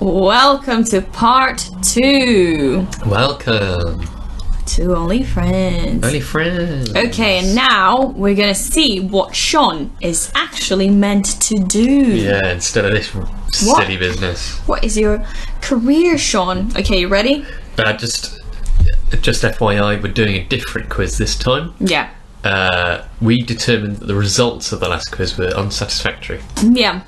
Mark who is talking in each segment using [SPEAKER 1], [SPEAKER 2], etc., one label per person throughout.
[SPEAKER 1] Welcome to part two
[SPEAKER 2] Welcome,
[SPEAKER 1] to Only Friends.
[SPEAKER 2] only friends.
[SPEAKER 1] Okay, and now we're gonna see what Sean is actually meant to do.
[SPEAKER 2] Yeah, instead of this silly business.
[SPEAKER 1] What is your career, Sean? Okay, you ready?
[SPEAKER 2] Uh, just, just FYI, we're doing a different quiz this time.
[SPEAKER 1] Yeah.
[SPEAKER 2] Uh, we determined that the results of the last quiz were unsatisfactory.
[SPEAKER 1] Yeah.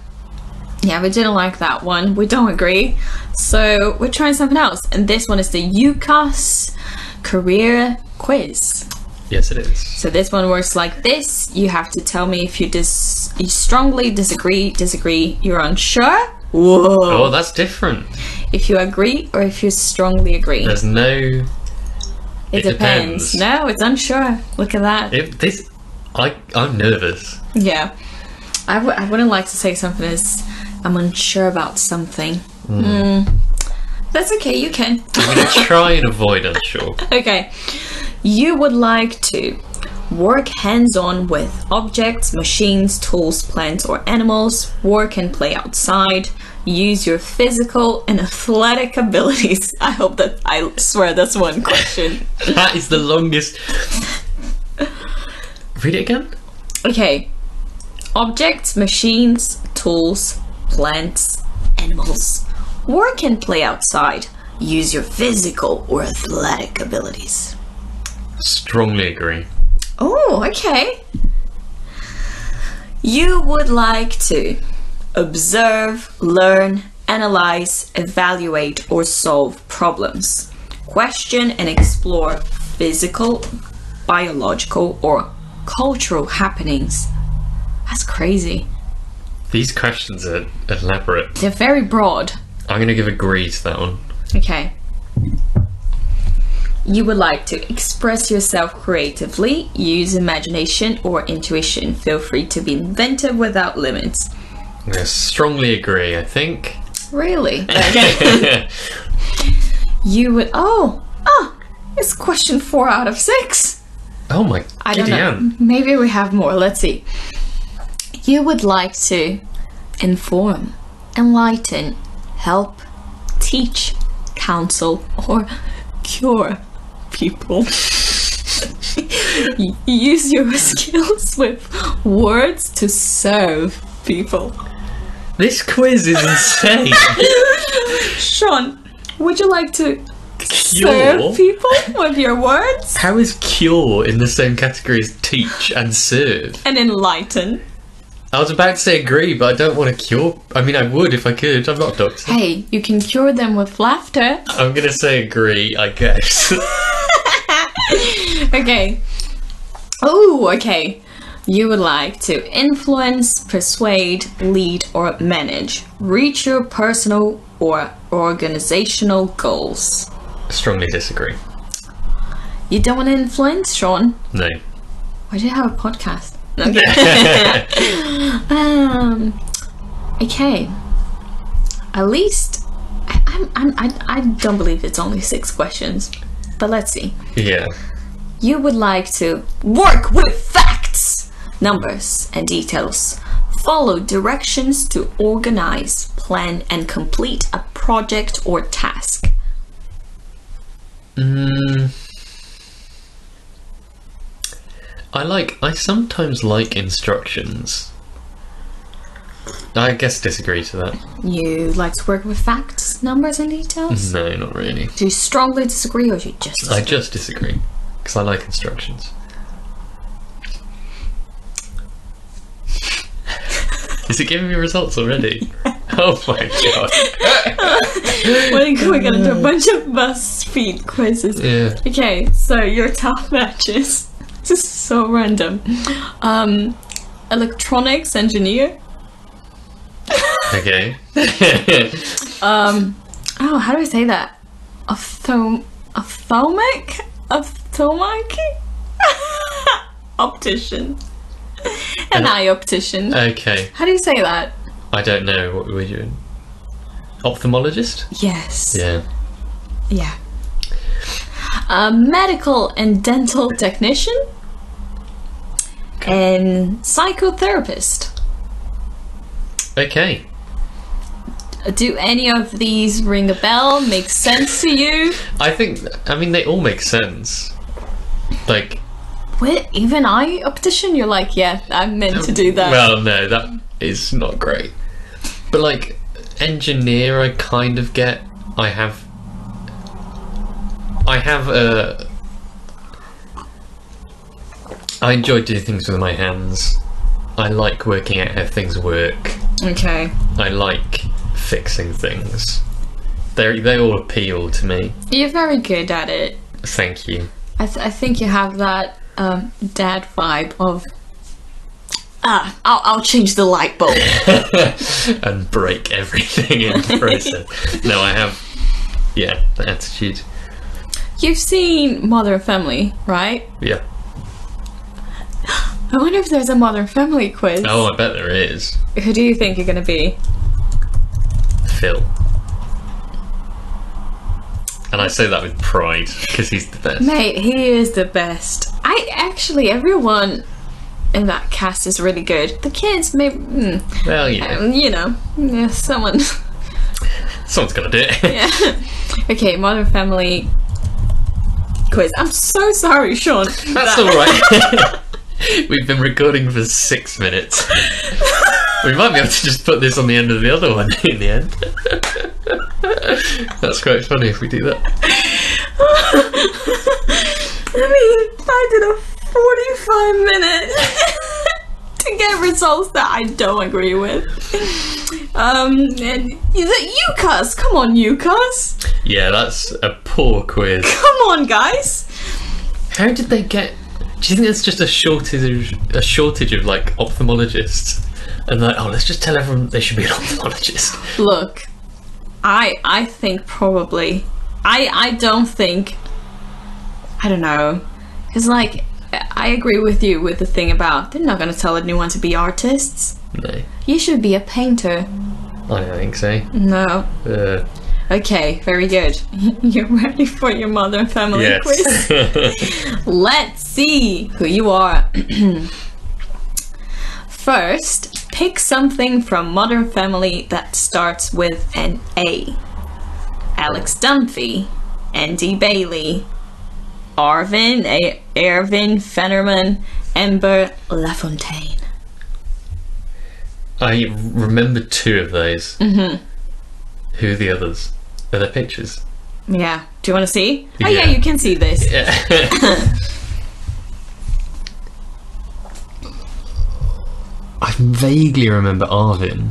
[SPEAKER 1] Yeah, we didn't like that one. We don't agree. So we're trying something else. And this one is the UCAS career quiz.
[SPEAKER 2] Yes, it is.
[SPEAKER 1] So this one works like this. You have to tell me if you dis you strongly disagree, disagree, you're unsure. Whoa.
[SPEAKER 2] Oh, that's different.
[SPEAKER 1] If you agree or if you strongly agree.
[SPEAKER 2] There's no.
[SPEAKER 1] it depends.
[SPEAKER 2] depends.
[SPEAKER 1] No, it's unsure. Look at that.
[SPEAKER 2] If this, I, I'm nervous.
[SPEAKER 1] Yeah. I, w- I wouldn't like to say something as I'm unsure about something. Hmm. That's okay, you can.
[SPEAKER 2] I'm gonna try and avoid unsure.
[SPEAKER 1] okay. You would like to work hands on with objects, machines, tools, plants, or animals, work and play outside. Use your physical and athletic abilities. I hope that I swear that's one question.
[SPEAKER 2] That is the longest. Read it again.
[SPEAKER 1] Okay. Objects, machines, tools, plants, animals. Work and play outside. Use your physical or athletic abilities.
[SPEAKER 2] Strongly agree.
[SPEAKER 1] Oh, okay. You would like to observe, learn, analyze, evaluate, or solve problems. Question and explore physical, biological, or cultural happenings. That's crazy.
[SPEAKER 2] These questions are elaborate.
[SPEAKER 1] They're very broad.
[SPEAKER 2] I'm gonna give agree to that one.
[SPEAKER 1] Okay. You would like to express yourself creatively, use imagination or intuition. Feel free to be inventive without limits.
[SPEAKER 2] I'm gonna strongly agree, I think.
[SPEAKER 1] Really? you would. Oh! Ah! It's question four out of six!
[SPEAKER 2] oh my
[SPEAKER 1] I don't
[SPEAKER 2] giddy
[SPEAKER 1] know.
[SPEAKER 2] aunt.
[SPEAKER 1] Maybe we have more. Let's see. You would like to inform, enlighten, help, teach, counsel, or cure people. Y- Use your skills with words to serve people.
[SPEAKER 2] This quiz is insane.
[SPEAKER 1] Sean, would you like to
[SPEAKER 2] cure?
[SPEAKER 1] serve people with your words
[SPEAKER 2] How is cure in the same category as teach and serve?
[SPEAKER 1] and enlighten?
[SPEAKER 2] I was about to say agree, but I don't want to cure. I mean, I would if I could. I'm not a doctor.
[SPEAKER 1] Hey, you can cure them with laughter.
[SPEAKER 2] I'm gonna say agree, I guess.
[SPEAKER 1] Okay. Oh, okay. You would like to influence, persuade, lead, or manage. Reach your personal or organizational goals.
[SPEAKER 2] strongly disagree.
[SPEAKER 1] You don't want to influence, Sean?
[SPEAKER 2] No.
[SPEAKER 1] Why do you have a podcast? Okay. um, okay. At least I, I'm, I'm, I, I don't believe it's only six questions, but let's see.
[SPEAKER 2] Yeah.
[SPEAKER 1] you would like to work with facts, numbers, and details. Follow directions to organize, plan, and complete a project or task.
[SPEAKER 2] Mm. I like. I sometimes like instructions. I guess disagree to that.
[SPEAKER 1] You like to work with facts, numbers, and details?
[SPEAKER 2] No, not really.
[SPEAKER 1] Do you strongly disagree or do you just.
[SPEAKER 2] I just disagree because I like instructions. Is it giving me results already? oh my god!
[SPEAKER 1] We're we're gonna do a bunch of BuzzFeed quizzes.
[SPEAKER 2] Yeah.
[SPEAKER 1] Okay, so your top matches. This is so random. Um, electronics engineer.
[SPEAKER 2] Okay.
[SPEAKER 1] Oh, how do I say that? Ophthalm- ophthalmic? Ophthalmic? optician. An eye optician.
[SPEAKER 2] Uh, okay.
[SPEAKER 1] How do you say that?
[SPEAKER 2] I don't know what we're doing. Ophthalmologist.
[SPEAKER 1] Yes.
[SPEAKER 2] Yeah.
[SPEAKER 1] Yeah. A medical and dental technician. And psychotherapist.
[SPEAKER 2] Okay.
[SPEAKER 1] Do any of these ring a bell? Make sense to you?
[SPEAKER 2] I think, I mean, they all make sense. Like,
[SPEAKER 1] Wait, even I optician? You're like, yeah, I'm meant to do that.
[SPEAKER 2] well, no, that is not great. But, like, engineer, I kind of get. I have. I have a. I enjoy doing things with my hands. I like working out how things work.
[SPEAKER 1] Okay.
[SPEAKER 2] I like fixing things. They they all appeal to me.
[SPEAKER 1] You're very good at it.
[SPEAKER 2] Thank you.
[SPEAKER 1] I, th- I think you have that um, dad vibe of. Ah, I'll, I'll change the light bulb.
[SPEAKER 2] and break everything in the process. no, I have. Yeah, the attitude.
[SPEAKER 1] You've seen Modern Family, right?
[SPEAKER 2] Yeah.
[SPEAKER 1] I wonder if there's a Modern Family quiz.
[SPEAKER 2] Oh, I bet there is.
[SPEAKER 1] Who do you think you're gonna be?
[SPEAKER 2] Phil. And I say that with pride because he's the best.
[SPEAKER 1] Mate, he is the best. I actually, everyone in that cast is really good. The kids, maybe, mm,
[SPEAKER 2] Well, you know,
[SPEAKER 1] um, you know, yeah, someone.
[SPEAKER 2] someone's gonna do it.
[SPEAKER 1] okay, Modern Family quiz. I'm so sorry, Sean.
[SPEAKER 2] That's all right. We've been recording for six minutes. we might be able to just put this on the end of the other one in the end. That's quite funny if we do that.
[SPEAKER 1] I mean, I did a 45 minute to get results that I don't agree with. Um, and is it UCAS? Come on, UCAS.
[SPEAKER 2] Yeah, that's a poor quiz.
[SPEAKER 1] Come on, guys.
[SPEAKER 2] How did they get? Do you think it's just a shortage, a shortage of like ophthalmologists, and like, oh, let's just tell everyone they should be an ophthalmologist.
[SPEAKER 1] Look, I I think probably I I don't think I don't know. Cuz like I agree with you with the thing about they're not going to tell anyone to be artists.
[SPEAKER 2] No,
[SPEAKER 1] You should be a painter.
[SPEAKER 2] I don't think so.
[SPEAKER 1] No,
[SPEAKER 2] Uh,
[SPEAKER 1] Okay, very good. You're ready for your mother and family quiz?
[SPEAKER 2] yes.
[SPEAKER 1] Let's see who you are. First, pick something from Modern Family that starts with an A. Alex Dunphy, Andy Bailey, Arvin, A- Ervin Fennerman, Ember LaFontaine.
[SPEAKER 2] I remember two of those. Mm-hmm. Who are the others? Are there pictures?
[SPEAKER 1] Yeah, do you want to see? Oh, yeah,
[SPEAKER 2] Yeah.
[SPEAKER 1] you can see this.
[SPEAKER 2] I vaguely remember Arvin.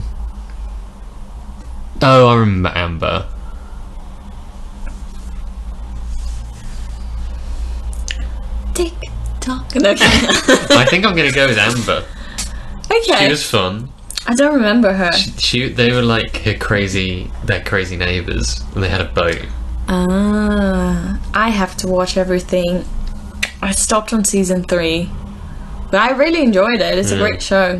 [SPEAKER 2] Oh, I remember Amber.
[SPEAKER 1] Tick tock. Okay.
[SPEAKER 2] I think I'm gonna go with Amber. She
[SPEAKER 1] okay.
[SPEAKER 2] was fun.
[SPEAKER 1] I don't remember her.
[SPEAKER 2] She, they were like her crazy, their crazy neighbours, and they had a boat.
[SPEAKER 1] Ah, I have to watch everything. I stopped on season three, but I really enjoyed it. It's a great show.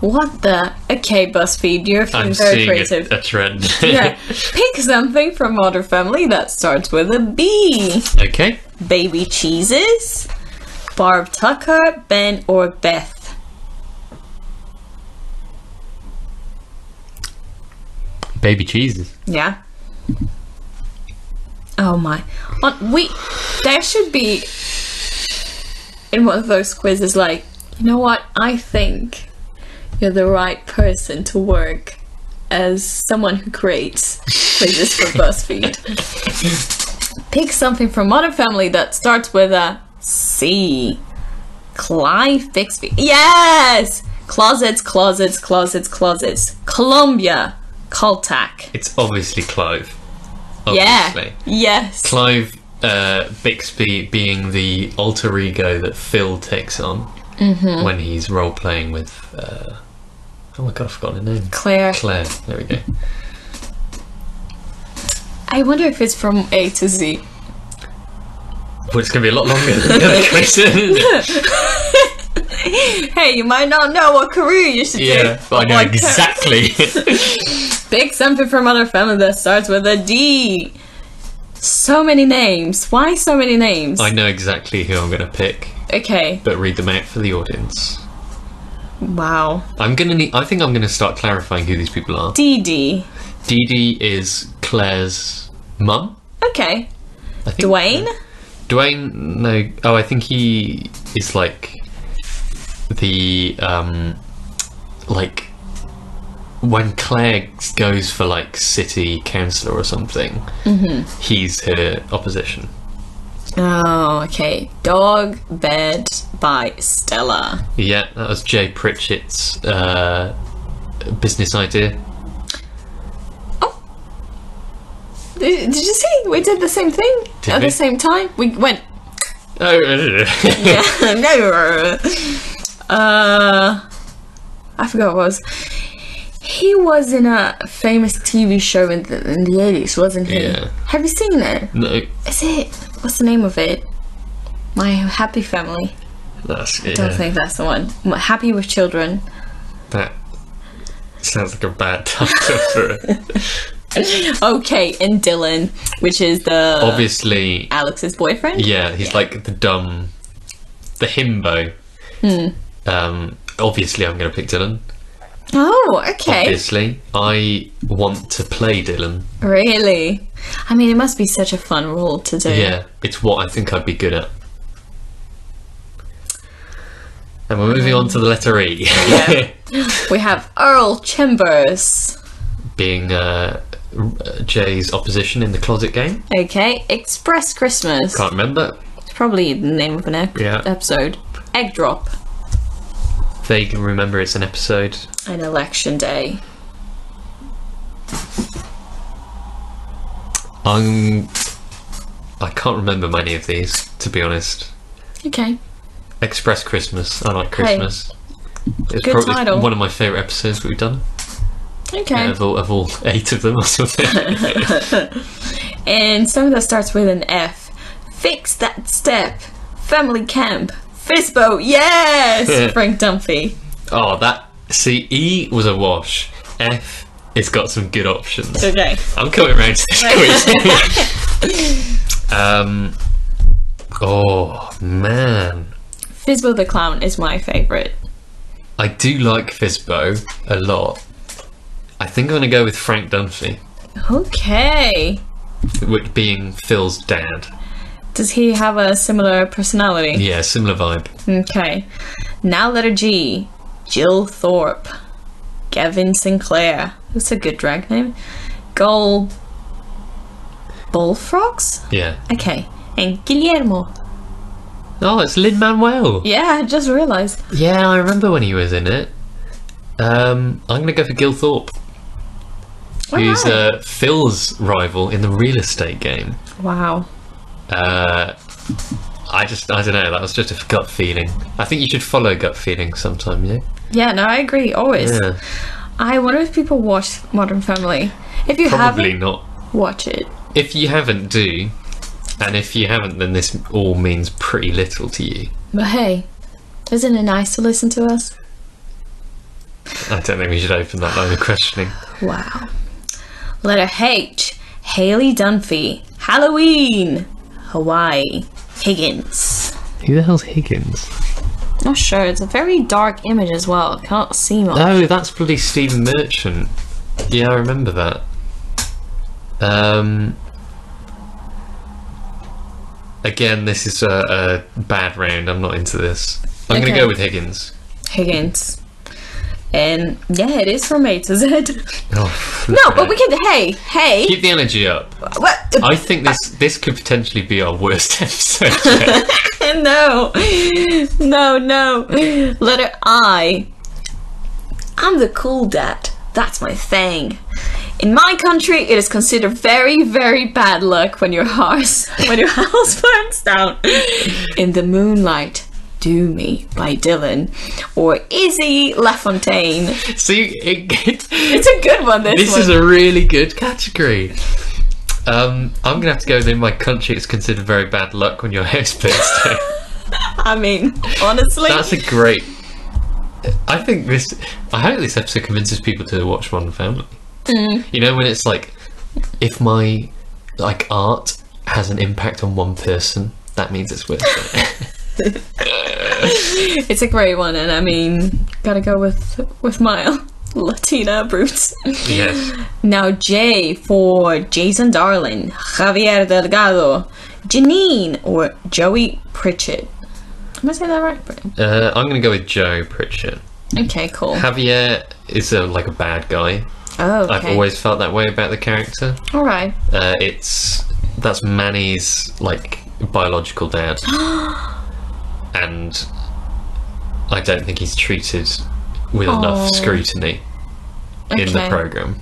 [SPEAKER 1] What the? Okay, BuzzFeed, you're feeling
[SPEAKER 2] I'm
[SPEAKER 1] very
[SPEAKER 2] seeing
[SPEAKER 1] creative.
[SPEAKER 2] a, a trend.
[SPEAKER 1] yeah, pick something from Modern Family that starts with a B.
[SPEAKER 2] okay.
[SPEAKER 1] Baby cheeses, Barb Tucker, Ben or Beth.
[SPEAKER 2] Baby cheeses.
[SPEAKER 1] Yeah. Oh my. On, we there should be in one of those quizzes like, you know what, I think you're the right person to work as someone who creates quizzes for BuzzFeed. Pick something from Modern Family that starts with a C. Clive Fixby. Yes! Closets, closets, closets, closets. Columbia. Coltac.
[SPEAKER 2] It's obviously Clive.
[SPEAKER 1] Yeah.
[SPEAKER 2] Obviously.
[SPEAKER 1] Yes.
[SPEAKER 2] Clive uh, Bixby being the alter ego that Phil takes on
[SPEAKER 1] Mm-hmm.
[SPEAKER 2] when he's role playing with. Uh, oh my god, I've forgotten her name.
[SPEAKER 1] Claire.
[SPEAKER 2] Claire. There we go.
[SPEAKER 1] I wonder if it's from A to Z.
[SPEAKER 2] Well, it's going to be a lot longer than the other question, isn't it?
[SPEAKER 1] Hey, you might not know what career you should
[SPEAKER 2] Yeah,
[SPEAKER 1] take.
[SPEAKER 2] I know
[SPEAKER 1] Like, uh,
[SPEAKER 2] exactly.
[SPEAKER 1] Pick something from other family that starts with a D. So many names. Why so many names?
[SPEAKER 2] I know exactly who I'm going to pick,
[SPEAKER 1] okay.
[SPEAKER 2] but read them out for the audience.
[SPEAKER 1] Wow.
[SPEAKER 2] I'm going to need. I think I'm going to start clarifying who these people are.
[SPEAKER 1] DD.
[SPEAKER 2] Dee Dee is Claire's mum.
[SPEAKER 1] Okay.
[SPEAKER 2] I think.
[SPEAKER 1] Dwayne?
[SPEAKER 2] Dwayne, no. Oh, I think he is like the um, like when Claire goes for like city councillor or something.
[SPEAKER 1] Mm-hmm.
[SPEAKER 2] He's her opposition.
[SPEAKER 1] Oh, okay. Dog Bed by Stella.
[SPEAKER 2] Yeah, that was Jay Pritchett's uh, business idea.
[SPEAKER 1] Did, did you see? We did the same thing
[SPEAKER 2] Did
[SPEAKER 1] at
[SPEAKER 2] we?
[SPEAKER 1] the same time. We went.
[SPEAKER 2] Oh,
[SPEAKER 1] Yeah. no. Uh, I forgot what it was. He was in a famous TV show in the, in the 80s, wasn't he?
[SPEAKER 2] Yeah.
[SPEAKER 1] Have you seen it?
[SPEAKER 2] no,
[SPEAKER 1] Is it. What's the name of it? My Happy Family.
[SPEAKER 2] that's
[SPEAKER 1] Don't
[SPEAKER 2] yeah,
[SPEAKER 1] think that's the one. My Happy with Children.
[SPEAKER 2] that sounds like a bad title for it.
[SPEAKER 1] Okay, and Dylan, which is the
[SPEAKER 2] Obviously,
[SPEAKER 1] Alex's boyfriend.
[SPEAKER 2] yeah, he's like the dumb, the himbo. Um, obviously, I'm going to pick Dylan.
[SPEAKER 1] Oh, okay.
[SPEAKER 2] Obviously, I want to play Dylan.
[SPEAKER 1] Really? I mean, it must be such a fun role to do.
[SPEAKER 2] Yeah, it's what I think I'd be good at. And we're moving on to the letter E.
[SPEAKER 1] Yeah. We have Earl Chambers.
[SPEAKER 2] Being uh, R- Jay's opposition in the closet game.
[SPEAKER 1] Okay, Express Christmas.
[SPEAKER 2] Can't remember.
[SPEAKER 1] It's probably the name of an ep-
[SPEAKER 2] Yeah.
[SPEAKER 1] episode. Egg Drop
[SPEAKER 2] They can remember it's an episode.
[SPEAKER 1] and Election Day.
[SPEAKER 2] I'm. I can't remember many of these, to be honest.
[SPEAKER 1] Okay.
[SPEAKER 2] Express Christmas. I like Christmas. It's
[SPEAKER 1] Good
[SPEAKER 2] probably
[SPEAKER 1] title.
[SPEAKER 2] one of my favourite episodes we've done.
[SPEAKER 1] Okay.
[SPEAKER 2] Of, all, of all eight of them or something.
[SPEAKER 1] And something that starts with an F. Fix That Step. Family Camp. Fisbo. Yes! Frank Dunphy.
[SPEAKER 2] oh, that. See, E was a wash. F, it's got some good options.
[SPEAKER 1] Okay.
[SPEAKER 2] I'm coming round to this quiz. um, oh, man.
[SPEAKER 1] Fisbo the Clown is my favourite.
[SPEAKER 2] I do like Fisbo a lot. I think I'm going to go with Frank Dunphy,
[SPEAKER 1] Okay.
[SPEAKER 2] which being Phil's dad.
[SPEAKER 1] Does he have a similar personality?
[SPEAKER 2] Yeah, similar vibe.
[SPEAKER 1] Okay. Now letter G. Jill Thorpe. Gavin Sinclair. That's a good drag name. Goal Bullfrogs?
[SPEAKER 2] Yeah.
[SPEAKER 1] Okay. And Guillermo.
[SPEAKER 2] Oh, it's Lin Manuel.
[SPEAKER 1] Yeah, I just realized.
[SPEAKER 2] Yeah, I remember when he was in it. Um, I'm going to go for Gil Thorpe, who's
[SPEAKER 1] Alright.
[SPEAKER 2] uh, Phil's rival in the real estate game.
[SPEAKER 1] Wow.
[SPEAKER 2] Uh, I just, I don't know, that was just a gut feeling. I think you should follow gut feeling sometime, yeah?
[SPEAKER 1] Yeah, no, I agree, always.
[SPEAKER 2] Yeah.
[SPEAKER 1] I wonder if people watch Modern Family. If you
[SPEAKER 2] Probably not.
[SPEAKER 1] haven't, watch it.
[SPEAKER 2] If you haven't, do. And if you haven't, then this all means pretty little to you.
[SPEAKER 1] But hey, isn't it nice to listen to us?
[SPEAKER 2] I don't think we should open that line of questioning.
[SPEAKER 1] Wow. Letter H. Haley Dunphy. Halloween. Hawaii. Higgins.
[SPEAKER 2] Who the hell's Higgins?
[SPEAKER 1] Not sure. It's a very dark image as well. Can't see much.
[SPEAKER 2] Oh, that's bloody Stephen Merchant. Yeah, I remember that. Um, again, this is a, a bad round. I'm not into this. I'm
[SPEAKER 1] Okay.
[SPEAKER 2] going to go with Higgins.
[SPEAKER 1] Higgins. And yeah, it is from A to Z.
[SPEAKER 2] Oh,
[SPEAKER 1] No, but we can. Hey, hey.
[SPEAKER 2] keep the energy up.
[SPEAKER 1] What?
[SPEAKER 2] I think this this could potentially be our worst episode.
[SPEAKER 1] no. No, no. Letter I. I'm the cool dad. That's my thing. In my country, it is considered very, very bad luck when your house when your house burns down. In the moonlight, "Do Me" by Dylan, or Izzy LaFontaine.
[SPEAKER 2] See, it,
[SPEAKER 1] It's a good one. This,
[SPEAKER 2] this
[SPEAKER 1] one.
[SPEAKER 2] is a really good category. Um, I'm gonna have to go with in my country. It's considered very bad luck when your house burns down.
[SPEAKER 1] I mean, honestly,
[SPEAKER 2] That's a great. I think this. I hope this episode convinces people to watch Modern Family. You know when it's like, if my like art has an impact on one person, that means it's worth it.
[SPEAKER 1] it's a great one, and I mean, gotta go with with Mile. Latina brutes.
[SPEAKER 2] Yes.
[SPEAKER 1] Now J for Jason Darlin, Javier Delgado, Janine or Joey Pritchett. Am I saying that right? Brit?
[SPEAKER 2] Uh, I'm going to go with Joe Pritchett.
[SPEAKER 1] Okay, cool.
[SPEAKER 2] Javier is a, like a bad guy.
[SPEAKER 1] Oh, okay.
[SPEAKER 2] I've always felt that way about the character.
[SPEAKER 1] All right.
[SPEAKER 2] Uh, it's that's Manny's like biological dad, and I don't think he's treated with
[SPEAKER 1] Oh.
[SPEAKER 2] enough scrutiny in the
[SPEAKER 1] Okay.
[SPEAKER 2] program.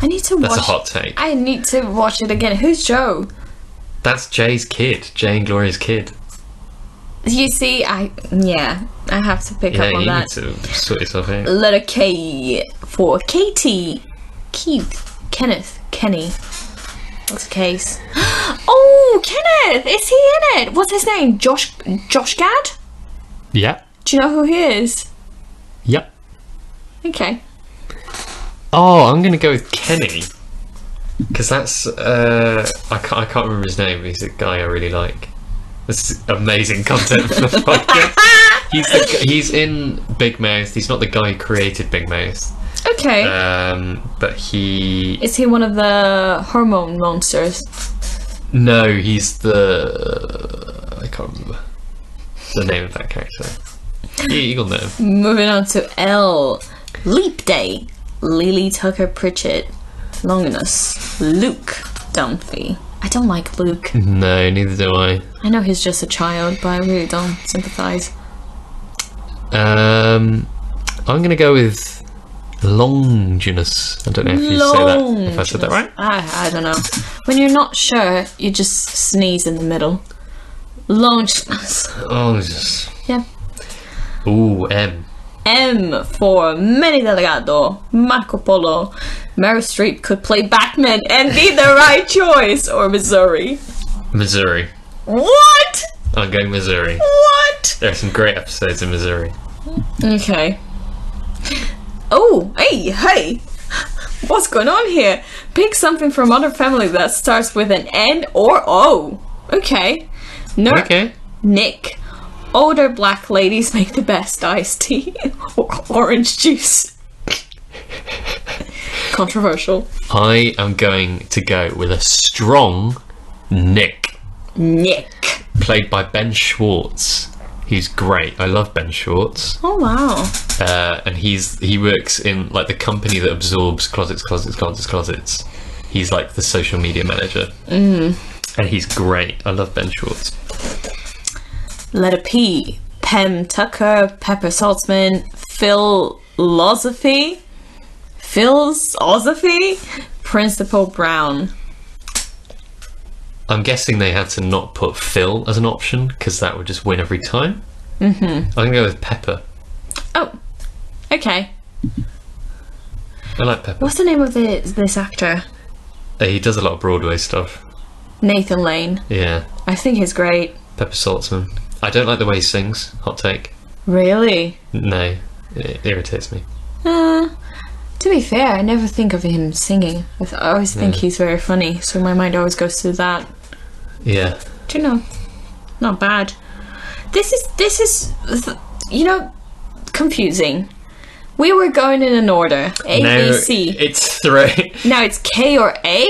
[SPEAKER 1] I need to
[SPEAKER 2] That's
[SPEAKER 1] watch.
[SPEAKER 2] a hot take.
[SPEAKER 1] I need to watch it again. Who's Joe?
[SPEAKER 2] That's Jay's kid, Jay and Gloria's kid.
[SPEAKER 1] You see, I yeah, I have to pick
[SPEAKER 2] Yeah,
[SPEAKER 1] up on
[SPEAKER 2] you
[SPEAKER 1] that.
[SPEAKER 2] need to sort yourself out.
[SPEAKER 1] letter K for Katie, Keith, Kenneth, Kenny. What's the case? Oh, Kenneth! Is he in it? What's his name? Josh Josh Gad?
[SPEAKER 2] Yeah,
[SPEAKER 1] Do you know who he is?
[SPEAKER 2] yeah.
[SPEAKER 1] Okay.
[SPEAKER 2] Oh, I'm gonna go with Kenny. Because that's uh, I can't I can't remember his name. but He's a guy I really like. This is amazing content for the podcast. He's the, g- he's in Big Mouth. He's not the guy who created Big Mouth,
[SPEAKER 1] Okay.
[SPEAKER 2] um, but he
[SPEAKER 1] is he one of the hormone monsters?
[SPEAKER 2] no, he's the I can't remember the name of that character. You, you'll know. him.
[SPEAKER 1] Moving on to L. Leap Day. Lily Tucker Pritchett. Longinus. Luke Dunphy. I don't like Luke.
[SPEAKER 2] No, neither do I.
[SPEAKER 1] I know he's just a child, but I really don't sympathize.
[SPEAKER 2] Um, I'm gonna go with Longinus. I don't know if you say that. If I said that right.
[SPEAKER 1] I, I don't know. When you're not sure, you just sneeze in the middle. Longinus.
[SPEAKER 2] Longinus.
[SPEAKER 1] yeah.
[SPEAKER 2] Ooh, M.
[SPEAKER 1] M for Manny Delgado, Marco Polo. Meryl Streep could play Batman and be the right choice, or Missouri.
[SPEAKER 2] Missouri.
[SPEAKER 1] What?
[SPEAKER 2] I'm going Missouri.
[SPEAKER 1] What?
[SPEAKER 2] There are some great episodes in Missouri.
[SPEAKER 1] Okay. Oh, hey, hey! What's going on here? Pick something from other family that starts with an N or O. Okay. Ner-
[SPEAKER 2] Okay.
[SPEAKER 1] Nick. Older black ladies make the best iced tea or orange juice. Controversial.
[SPEAKER 2] I am going to go with a strong Nick,
[SPEAKER 1] Nick.
[SPEAKER 2] played by Ben Schwartz. He's great. I love Ben Schwartz.
[SPEAKER 1] Oh wow.
[SPEAKER 2] Uh, and he's he works in like the company that absorbs closets, closets, closets, closets. He's like the social media manager. Mm.
[SPEAKER 1] Mm-hmm.
[SPEAKER 2] And he's great. I love Ben Schwartz.
[SPEAKER 1] Letter P. Pem Tucker, Pepper Saltzman, Philosophy, Philosophy, Principal Brown.
[SPEAKER 2] I'm guessing they had to not put Phil as an option because that would just win every time. Mm-hmm. I'm gonna go with Pepper.
[SPEAKER 1] Oh, okay.
[SPEAKER 2] I like Pepper.
[SPEAKER 1] What's the name of the, this actor?
[SPEAKER 2] Uh, He does a lot of Broadway stuff.
[SPEAKER 1] Nathan Lane.
[SPEAKER 2] Yeah,
[SPEAKER 1] I think he's great.
[SPEAKER 2] Pepper Saltzman. I don't like the way he sings. Hot take.
[SPEAKER 1] Really?
[SPEAKER 2] No, it irritates me.
[SPEAKER 1] Uh, to be fair, I never think of him singing. I, th- I always think he's very funny, so my mind always goes to that.
[SPEAKER 2] Yeah,
[SPEAKER 1] Do you know? Not bad. This is this is th- you know confusing. We were going in an order A B C.
[SPEAKER 2] no, it's three.
[SPEAKER 1] now it's K or A,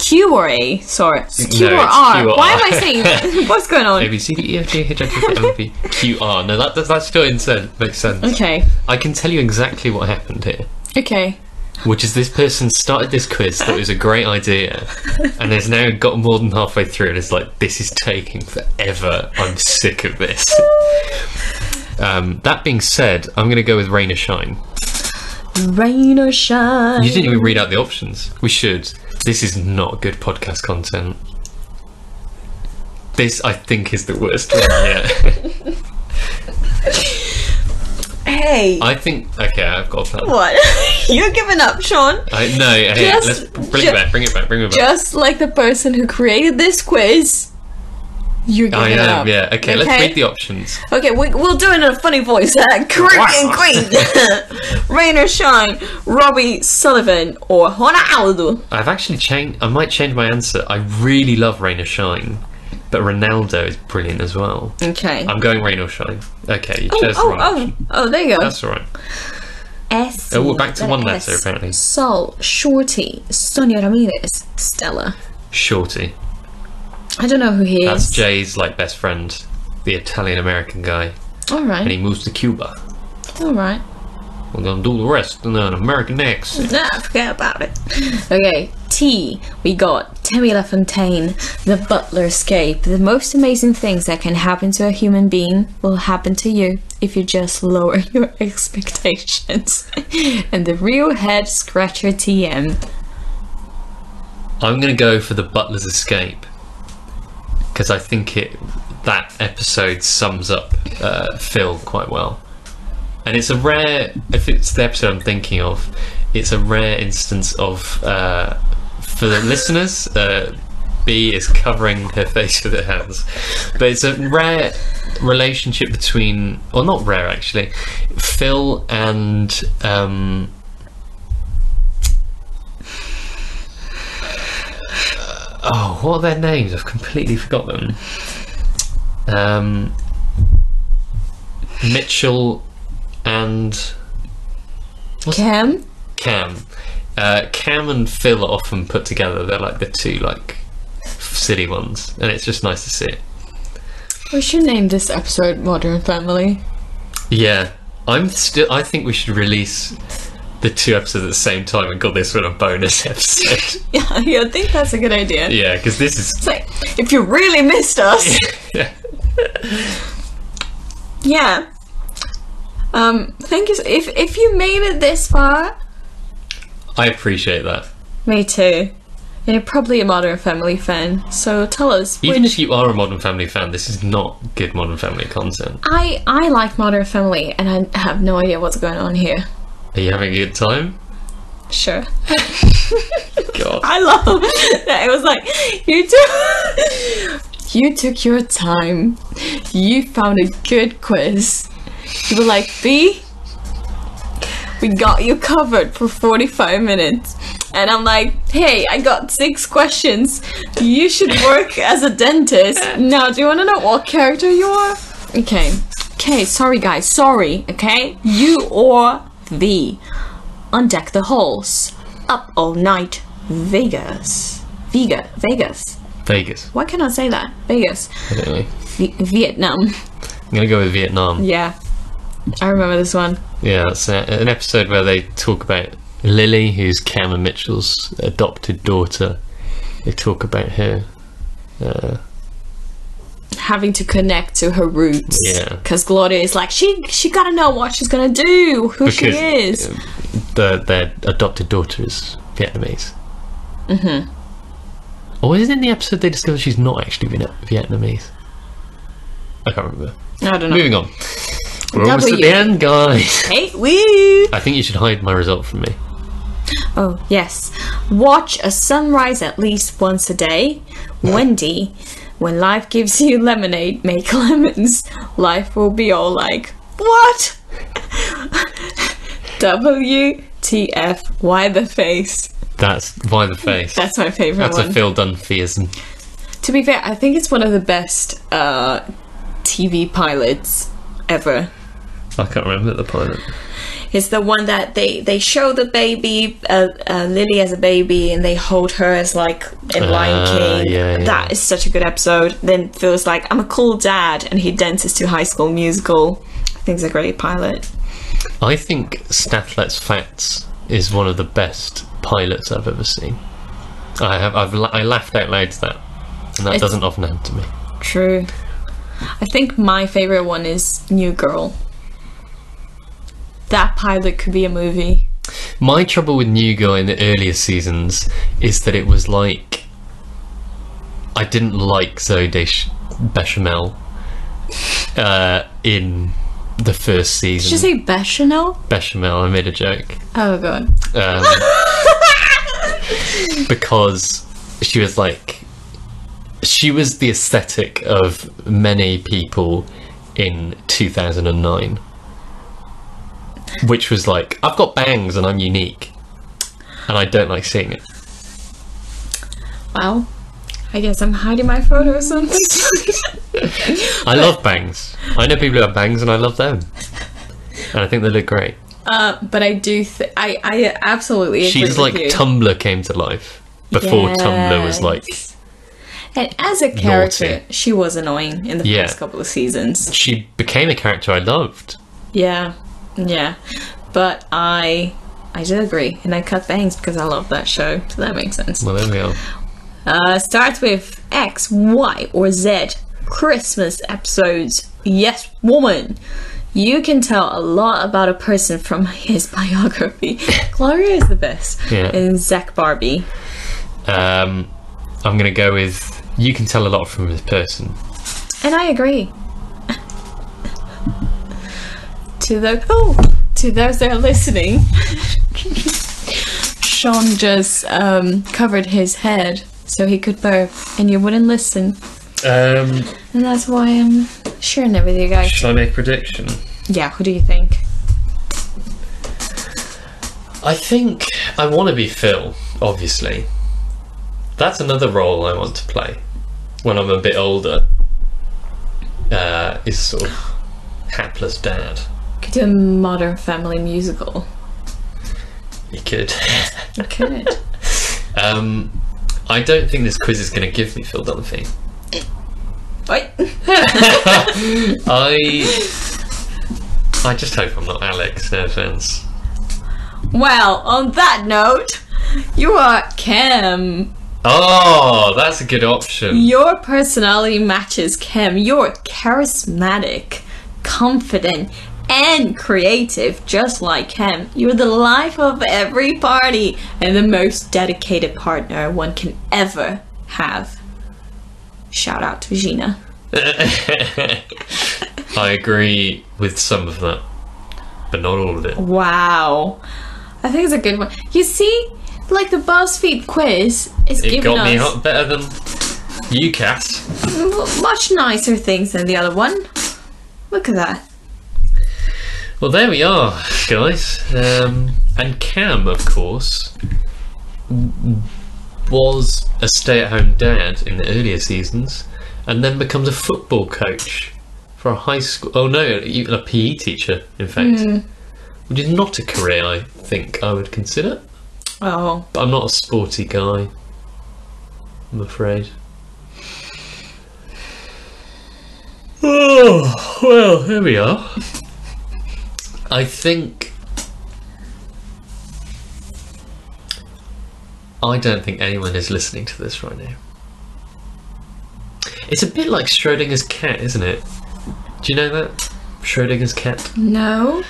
[SPEAKER 1] Q or A. Sorry, it's Q
[SPEAKER 2] No,
[SPEAKER 1] or
[SPEAKER 2] it's
[SPEAKER 1] R.
[SPEAKER 2] Q or
[SPEAKER 1] Why
[SPEAKER 2] R.
[SPEAKER 1] am I saying that? What's going on?
[SPEAKER 2] A B C D E F G H I J K L M P Q R. No, that that's, that's still in sen- makes sense.
[SPEAKER 1] Okay,
[SPEAKER 2] I can tell you exactly what happened here.
[SPEAKER 1] okay.
[SPEAKER 2] which is this person started this quiz that was a great idea and has now got more than halfway through and is like this is taking forever i'm sick of this um, that being said i'm going to go with rain or shine
[SPEAKER 1] Rain or shine.
[SPEAKER 2] you didn't even read out the options we should this is not good podcast content this i think is the worst one yet
[SPEAKER 1] Hey,
[SPEAKER 2] i think okay i've got a plan
[SPEAKER 1] what? You're giving up, Sean.
[SPEAKER 2] I, no hey,
[SPEAKER 1] Just-
[SPEAKER 2] let's bring
[SPEAKER 1] ju-
[SPEAKER 2] it back bring it back bring it back
[SPEAKER 1] Just like the person who created this quiz. You're
[SPEAKER 2] I
[SPEAKER 1] giving
[SPEAKER 2] am,
[SPEAKER 1] up.
[SPEAKER 2] yeah. Okay, let's read the options.
[SPEAKER 1] Okay, we, we'll do it in a funny voice. Uh, Caribbean Queen, Rain or Shine, Robbie Sullivan, or Ronaldo.
[SPEAKER 2] I've actually changed. I might change my answer. I really love Rain or Shine, but Ronaldo is brilliant as well.
[SPEAKER 1] Okay.
[SPEAKER 2] I'm going Rain or Shine. Okay, you
[SPEAKER 1] Mm. oh,
[SPEAKER 2] chose the
[SPEAKER 1] oh,
[SPEAKER 2] wrong. option.
[SPEAKER 1] oh, oh, there you go.
[SPEAKER 2] That's all right.
[SPEAKER 1] S
[SPEAKER 2] Oh, we're back to one letter,
[SPEAKER 1] S.
[SPEAKER 2] apparently.
[SPEAKER 1] Sol, Shorty, Sonia Ramirez, Stella.
[SPEAKER 2] Shorty.
[SPEAKER 1] I don't know who he is.
[SPEAKER 2] That's Jay's like best friend, the Italian American guy,
[SPEAKER 1] All
[SPEAKER 2] and he
[SPEAKER 1] right.
[SPEAKER 2] moves to Cuba.
[SPEAKER 1] All right.
[SPEAKER 2] We're gonna do the rest in an American accent.
[SPEAKER 1] Nah, forget about it. Okay, T. We got Tammy LaFontaine, the butler scape. The most amazing things that can happen to a human being will happen to you if you just lower your expectations. and the real head scratcher TM.
[SPEAKER 2] I'm gonna go for the Butler's Escape because I think it that episode sums up uh, Phil quite well, and it's a rare. If it's the episode I'm thinking of, it's a rare instance of uh, for the listeners. Uh, B is covering her face with her hands, but it's a rare relationship between, or not rare actually, Phil and. Um, Oh, what are their names? I've completely forgot them. Um, Mitchell and
[SPEAKER 1] Cam?
[SPEAKER 2] Cam. Uh, Cam and Phil are often put together. They're like the two like silly ones, and it's just nice to see it.
[SPEAKER 1] We should name this episode Modern Family.
[SPEAKER 2] Yeah, I'm still. I think we should release the two episodes at the same time and call this one a bonus episode.
[SPEAKER 1] Yeah, I think that's a good idea.
[SPEAKER 2] yeah, because this is
[SPEAKER 1] It's like, if you really missed us.
[SPEAKER 2] yeah.
[SPEAKER 1] Yeah. Um, thank you. s- If if you made it this far,
[SPEAKER 2] I appreciate that.
[SPEAKER 1] me too. And you're probably a Modern Family fan, so tell us.
[SPEAKER 2] Even
[SPEAKER 1] which-
[SPEAKER 2] if you are a Modern Family fan, this is not good Modern Family content.
[SPEAKER 1] I I like Modern Family, and I have no idea what's going on here.
[SPEAKER 2] Are you having a good time?
[SPEAKER 1] Sure,
[SPEAKER 2] God.
[SPEAKER 1] I love that. It was like you took you took your time. You found a good quiz. You were like B. We got you covered for 45 minutes. And I'm like, hey, I got six questions. You should work as a dentist. Now, do you want to know what character you are? Okay. Okay, sorry, guys. Sorry, okay? You or the. Undeck the halls. Up all night. Vegas. Vega. Vegas.
[SPEAKER 2] Vegas.
[SPEAKER 1] Why can I say that? Vegas.
[SPEAKER 2] Anyway,
[SPEAKER 1] V- Vietnam.
[SPEAKER 2] I'm gonna go with Vietnam.
[SPEAKER 1] Yeah. I remember this one.
[SPEAKER 2] Yeah, that's a, an episode where they talk about Lily, who's Cam and Mitchell's adopted daughter. They talk about her. Uh,
[SPEAKER 1] having to connect to her roots.
[SPEAKER 2] Yeah.
[SPEAKER 1] Because Gloria is like, she she gotta know what she's gonna do, who she
[SPEAKER 2] Because-
[SPEAKER 1] is.
[SPEAKER 2] the, their adopted daughter is Vietnamese. Mm-hmm. Or is it in the episode they discover she's not actually Viet- Vietnamese? I can't remember.
[SPEAKER 1] I don't know.
[SPEAKER 2] Moving on. We're almost at the
[SPEAKER 1] W.
[SPEAKER 2] end, guys.
[SPEAKER 1] Hey, woo!
[SPEAKER 2] I think you should hide my result from me.
[SPEAKER 1] Oh, yes. Watch a sunrise at least once a day. Wendy, when life gives you lemonade, make lemons. Life will be all like, what? WTF, why the face?
[SPEAKER 2] That's why the face.
[SPEAKER 1] That's my favorite
[SPEAKER 2] That's
[SPEAKER 1] one.
[SPEAKER 2] a Phil Dunphyism.
[SPEAKER 1] To be fair, I think it's one of the best uh, TV pilots ever.
[SPEAKER 2] I can't remember the pilot.
[SPEAKER 1] It's the one that they, they show the baby, uh, uh, Lily as a baby, and they hold her as like in
[SPEAKER 2] Ah,
[SPEAKER 1] Lion King.
[SPEAKER 2] yeah, yeah.
[SPEAKER 1] That is such a good episode. Then Phil's like, I'm a cool dad, and he dances to High School Musical. I think it's a great pilot.
[SPEAKER 2] I think Statlet's Facts is one of the best pilots I've ever seen. I have I've la- I laughed out loud to that, and that
[SPEAKER 1] It's-
[SPEAKER 2] doesn't often happen to me.
[SPEAKER 1] True. I think my favorite one is New Girl. That pilot could be a movie.
[SPEAKER 2] My trouble with New Guy in the earlier seasons is that it was like I didn't like Zoe Desch- Bechamel uh, in the first
[SPEAKER 1] Did you
[SPEAKER 2] season.
[SPEAKER 1] say Bechamel?
[SPEAKER 2] Bechamel, I made a joke.
[SPEAKER 1] Oh god.
[SPEAKER 2] um, because she was like she was the aesthetic of many people in 2009 which was like i've got bangs and i'm unique and i don't like seeing it
[SPEAKER 1] Well, I guess I'm hiding my photos on this.
[SPEAKER 2] i love bangs i know people who have bangs and i love them and i think they look great
[SPEAKER 1] Uh, but I do. Th- I I absolutely. Agree
[SPEAKER 2] She's
[SPEAKER 1] with
[SPEAKER 2] like
[SPEAKER 1] you.
[SPEAKER 2] Tumblr came to life before Tumblr was like
[SPEAKER 1] Yes. And as a character,
[SPEAKER 2] Naughty.
[SPEAKER 1] she was annoying in the
[SPEAKER 2] Yeah.
[SPEAKER 1] first couple of seasons.
[SPEAKER 2] she became a character I loved.
[SPEAKER 1] Yeah, yeah. But I, I do agree, and I cut bangs because I love that show, so that makes sense.
[SPEAKER 2] Well, there we are.
[SPEAKER 1] Uh, starts with X, Y, or Z. Christmas episodes. Yes, woman. You can tell a lot about a person from his biography. Gloria is the best.
[SPEAKER 2] Yeah.
[SPEAKER 1] And Zach Barbie.
[SPEAKER 2] Um, I'm gonna go with you can tell a lot from this person.
[SPEAKER 1] And I agree. to the oh, to those that are listening, Sean just um, covered his head so he could burp, and you wouldn't listen.
[SPEAKER 2] Um,
[SPEAKER 1] And that's why I'm sharing it with you guys.
[SPEAKER 2] shall I make a prediction?
[SPEAKER 1] Yeah, who do you think?
[SPEAKER 2] I think I want to be Phil. Obviously, that's another role I want to play when I'm a bit older. Uh, is sort of hapless dad.
[SPEAKER 1] Could do a modern family musical.
[SPEAKER 2] You could.
[SPEAKER 1] You could.
[SPEAKER 2] Um, I don't think this quiz is going to give me Phil Dunphy.
[SPEAKER 1] Wait.
[SPEAKER 2] I I just hope I'm not Alex. No offense.
[SPEAKER 1] Well, on that note, you are Cam.
[SPEAKER 2] Oh, that's a good option.
[SPEAKER 1] Your personality matches Kim. You're charismatic, confident, and creative, just like Kim. You're the life of every party and the most dedicated partner one can ever have. Shout out to Gina.
[SPEAKER 2] I agree with some of that, but not all of it.
[SPEAKER 1] Wow. I think it's a good one. You see, like the BuzzFeed quiz is
[SPEAKER 2] It
[SPEAKER 1] giving
[SPEAKER 2] got me
[SPEAKER 1] us
[SPEAKER 2] up better than you, Cat.
[SPEAKER 1] m- much nicer things than the other one. Look at that.
[SPEAKER 2] Well, there we are, guys. Um, and Cam, of course, w- was a stay-at-home dad in the earlier seasons, and then becomes a football coach for a high school. Oh no, even a PE teacher, in fact, which is not a career I think I would consider.
[SPEAKER 1] Oh,
[SPEAKER 2] But I'm not a sporty guy. I'm afraid. Oh well, here we are. I think I don't think anyone is listening to this right now. It's a bit like Schrodinger's cat, isn't it? Do you know that? Schrodinger's cat.
[SPEAKER 1] no.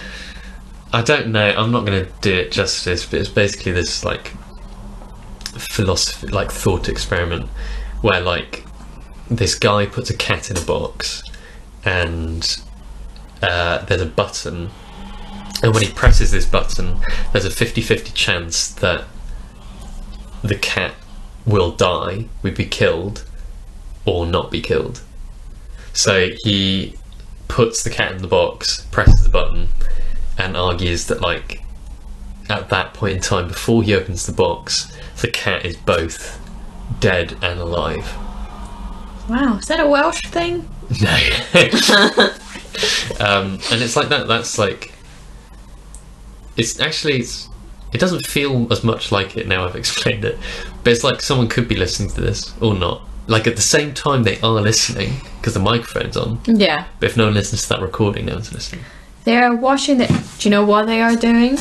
[SPEAKER 2] I don't know. I'm not going to do it justice, but it's basically this like philosophy, like thought experiment, where like this guy puts a cat in a box, and uh, there's a button, and when he presses this button, there's a 50-50 chance that the cat will die, will be killed, or not be killed. So he puts the cat in the box, presses the button, and argues that like at that point in time before he opens the box the cat is both dead and alive
[SPEAKER 1] Wow, is that a Welsh thing?
[SPEAKER 2] no um, and it's like that that's like it's actually it's, it doesn't feel as much like it now i've explained it but it's like someone could be listening to this or not like at the same time they are listening because the microphone's on
[SPEAKER 1] Yeah.
[SPEAKER 2] but if no one listens to that recording no one's listening
[SPEAKER 1] They're washing the. Do you know what they are doing?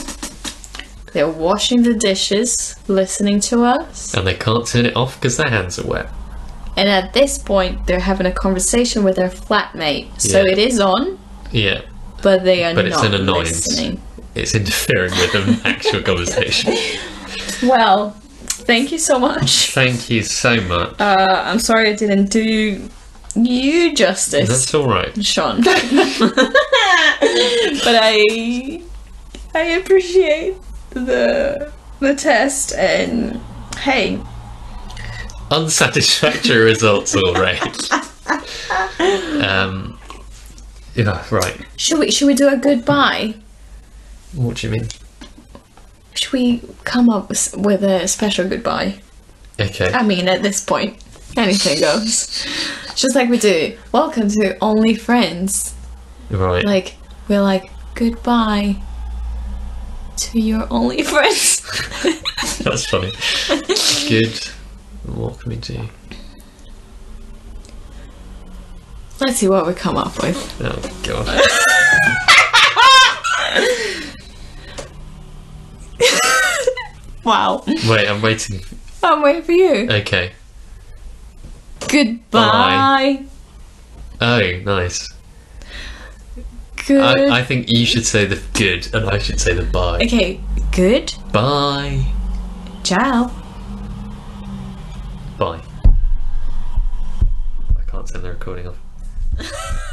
[SPEAKER 1] They're washing the dishes, listening to us,
[SPEAKER 2] and they can't turn it off because their hands are wet
[SPEAKER 1] and at this point, they're having a conversation with their flatmate. So
[SPEAKER 2] Yeah.
[SPEAKER 1] it is on,
[SPEAKER 2] yeah
[SPEAKER 1] but they are
[SPEAKER 2] But it's
[SPEAKER 1] not
[SPEAKER 2] an annoyance.
[SPEAKER 1] listening.
[SPEAKER 2] it's interfering with an actual conversation.
[SPEAKER 1] Well, thank you so much.
[SPEAKER 2] Thank you so much.
[SPEAKER 1] Uh, I'm sorry I didn't do you justice,
[SPEAKER 2] That's all right.
[SPEAKER 1] Sean. but I, I appreciate the the test, and hey,
[SPEAKER 2] Unsatisfactory results, all right. Um, yeah, right.
[SPEAKER 1] Should we should we do a goodbye?
[SPEAKER 2] What do you mean?
[SPEAKER 1] Should we come up with with a special goodbye?
[SPEAKER 2] Okay.
[SPEAKER 1] I mean, at this point, anything goes. Just like we do. Welcome to Only Friends.
[SPEAKER 2] Right.
[SPEAKER 1] Like we're like goodbye. to your only friends.
[SPEAKER 2] That's funny. Good. What can we do?
[SPEAKER 1] Let's see what we come up with.
[SPEAKER 2] Oh god.
[SPEAKER 1] Wow.
[SPEAKER 2] Wait, I'm waiting.
[SPEAKER 1] I'm waiting for you.
[SPEAKER 2] Okay.
[SPEAKER 1] Goodbye.
[SPEAKER 2] Oh, nice.
[SPEAKER 1] Good.
[SPEAKER 2] I, I think you should say the good and I should say the bye.
[SPEAKER 1] okay. Good.
[SPEAKER 2] Bye.
[SPEAKER 1] Ciao.
[SPEAKER 2] Bye. I can't send the recording off.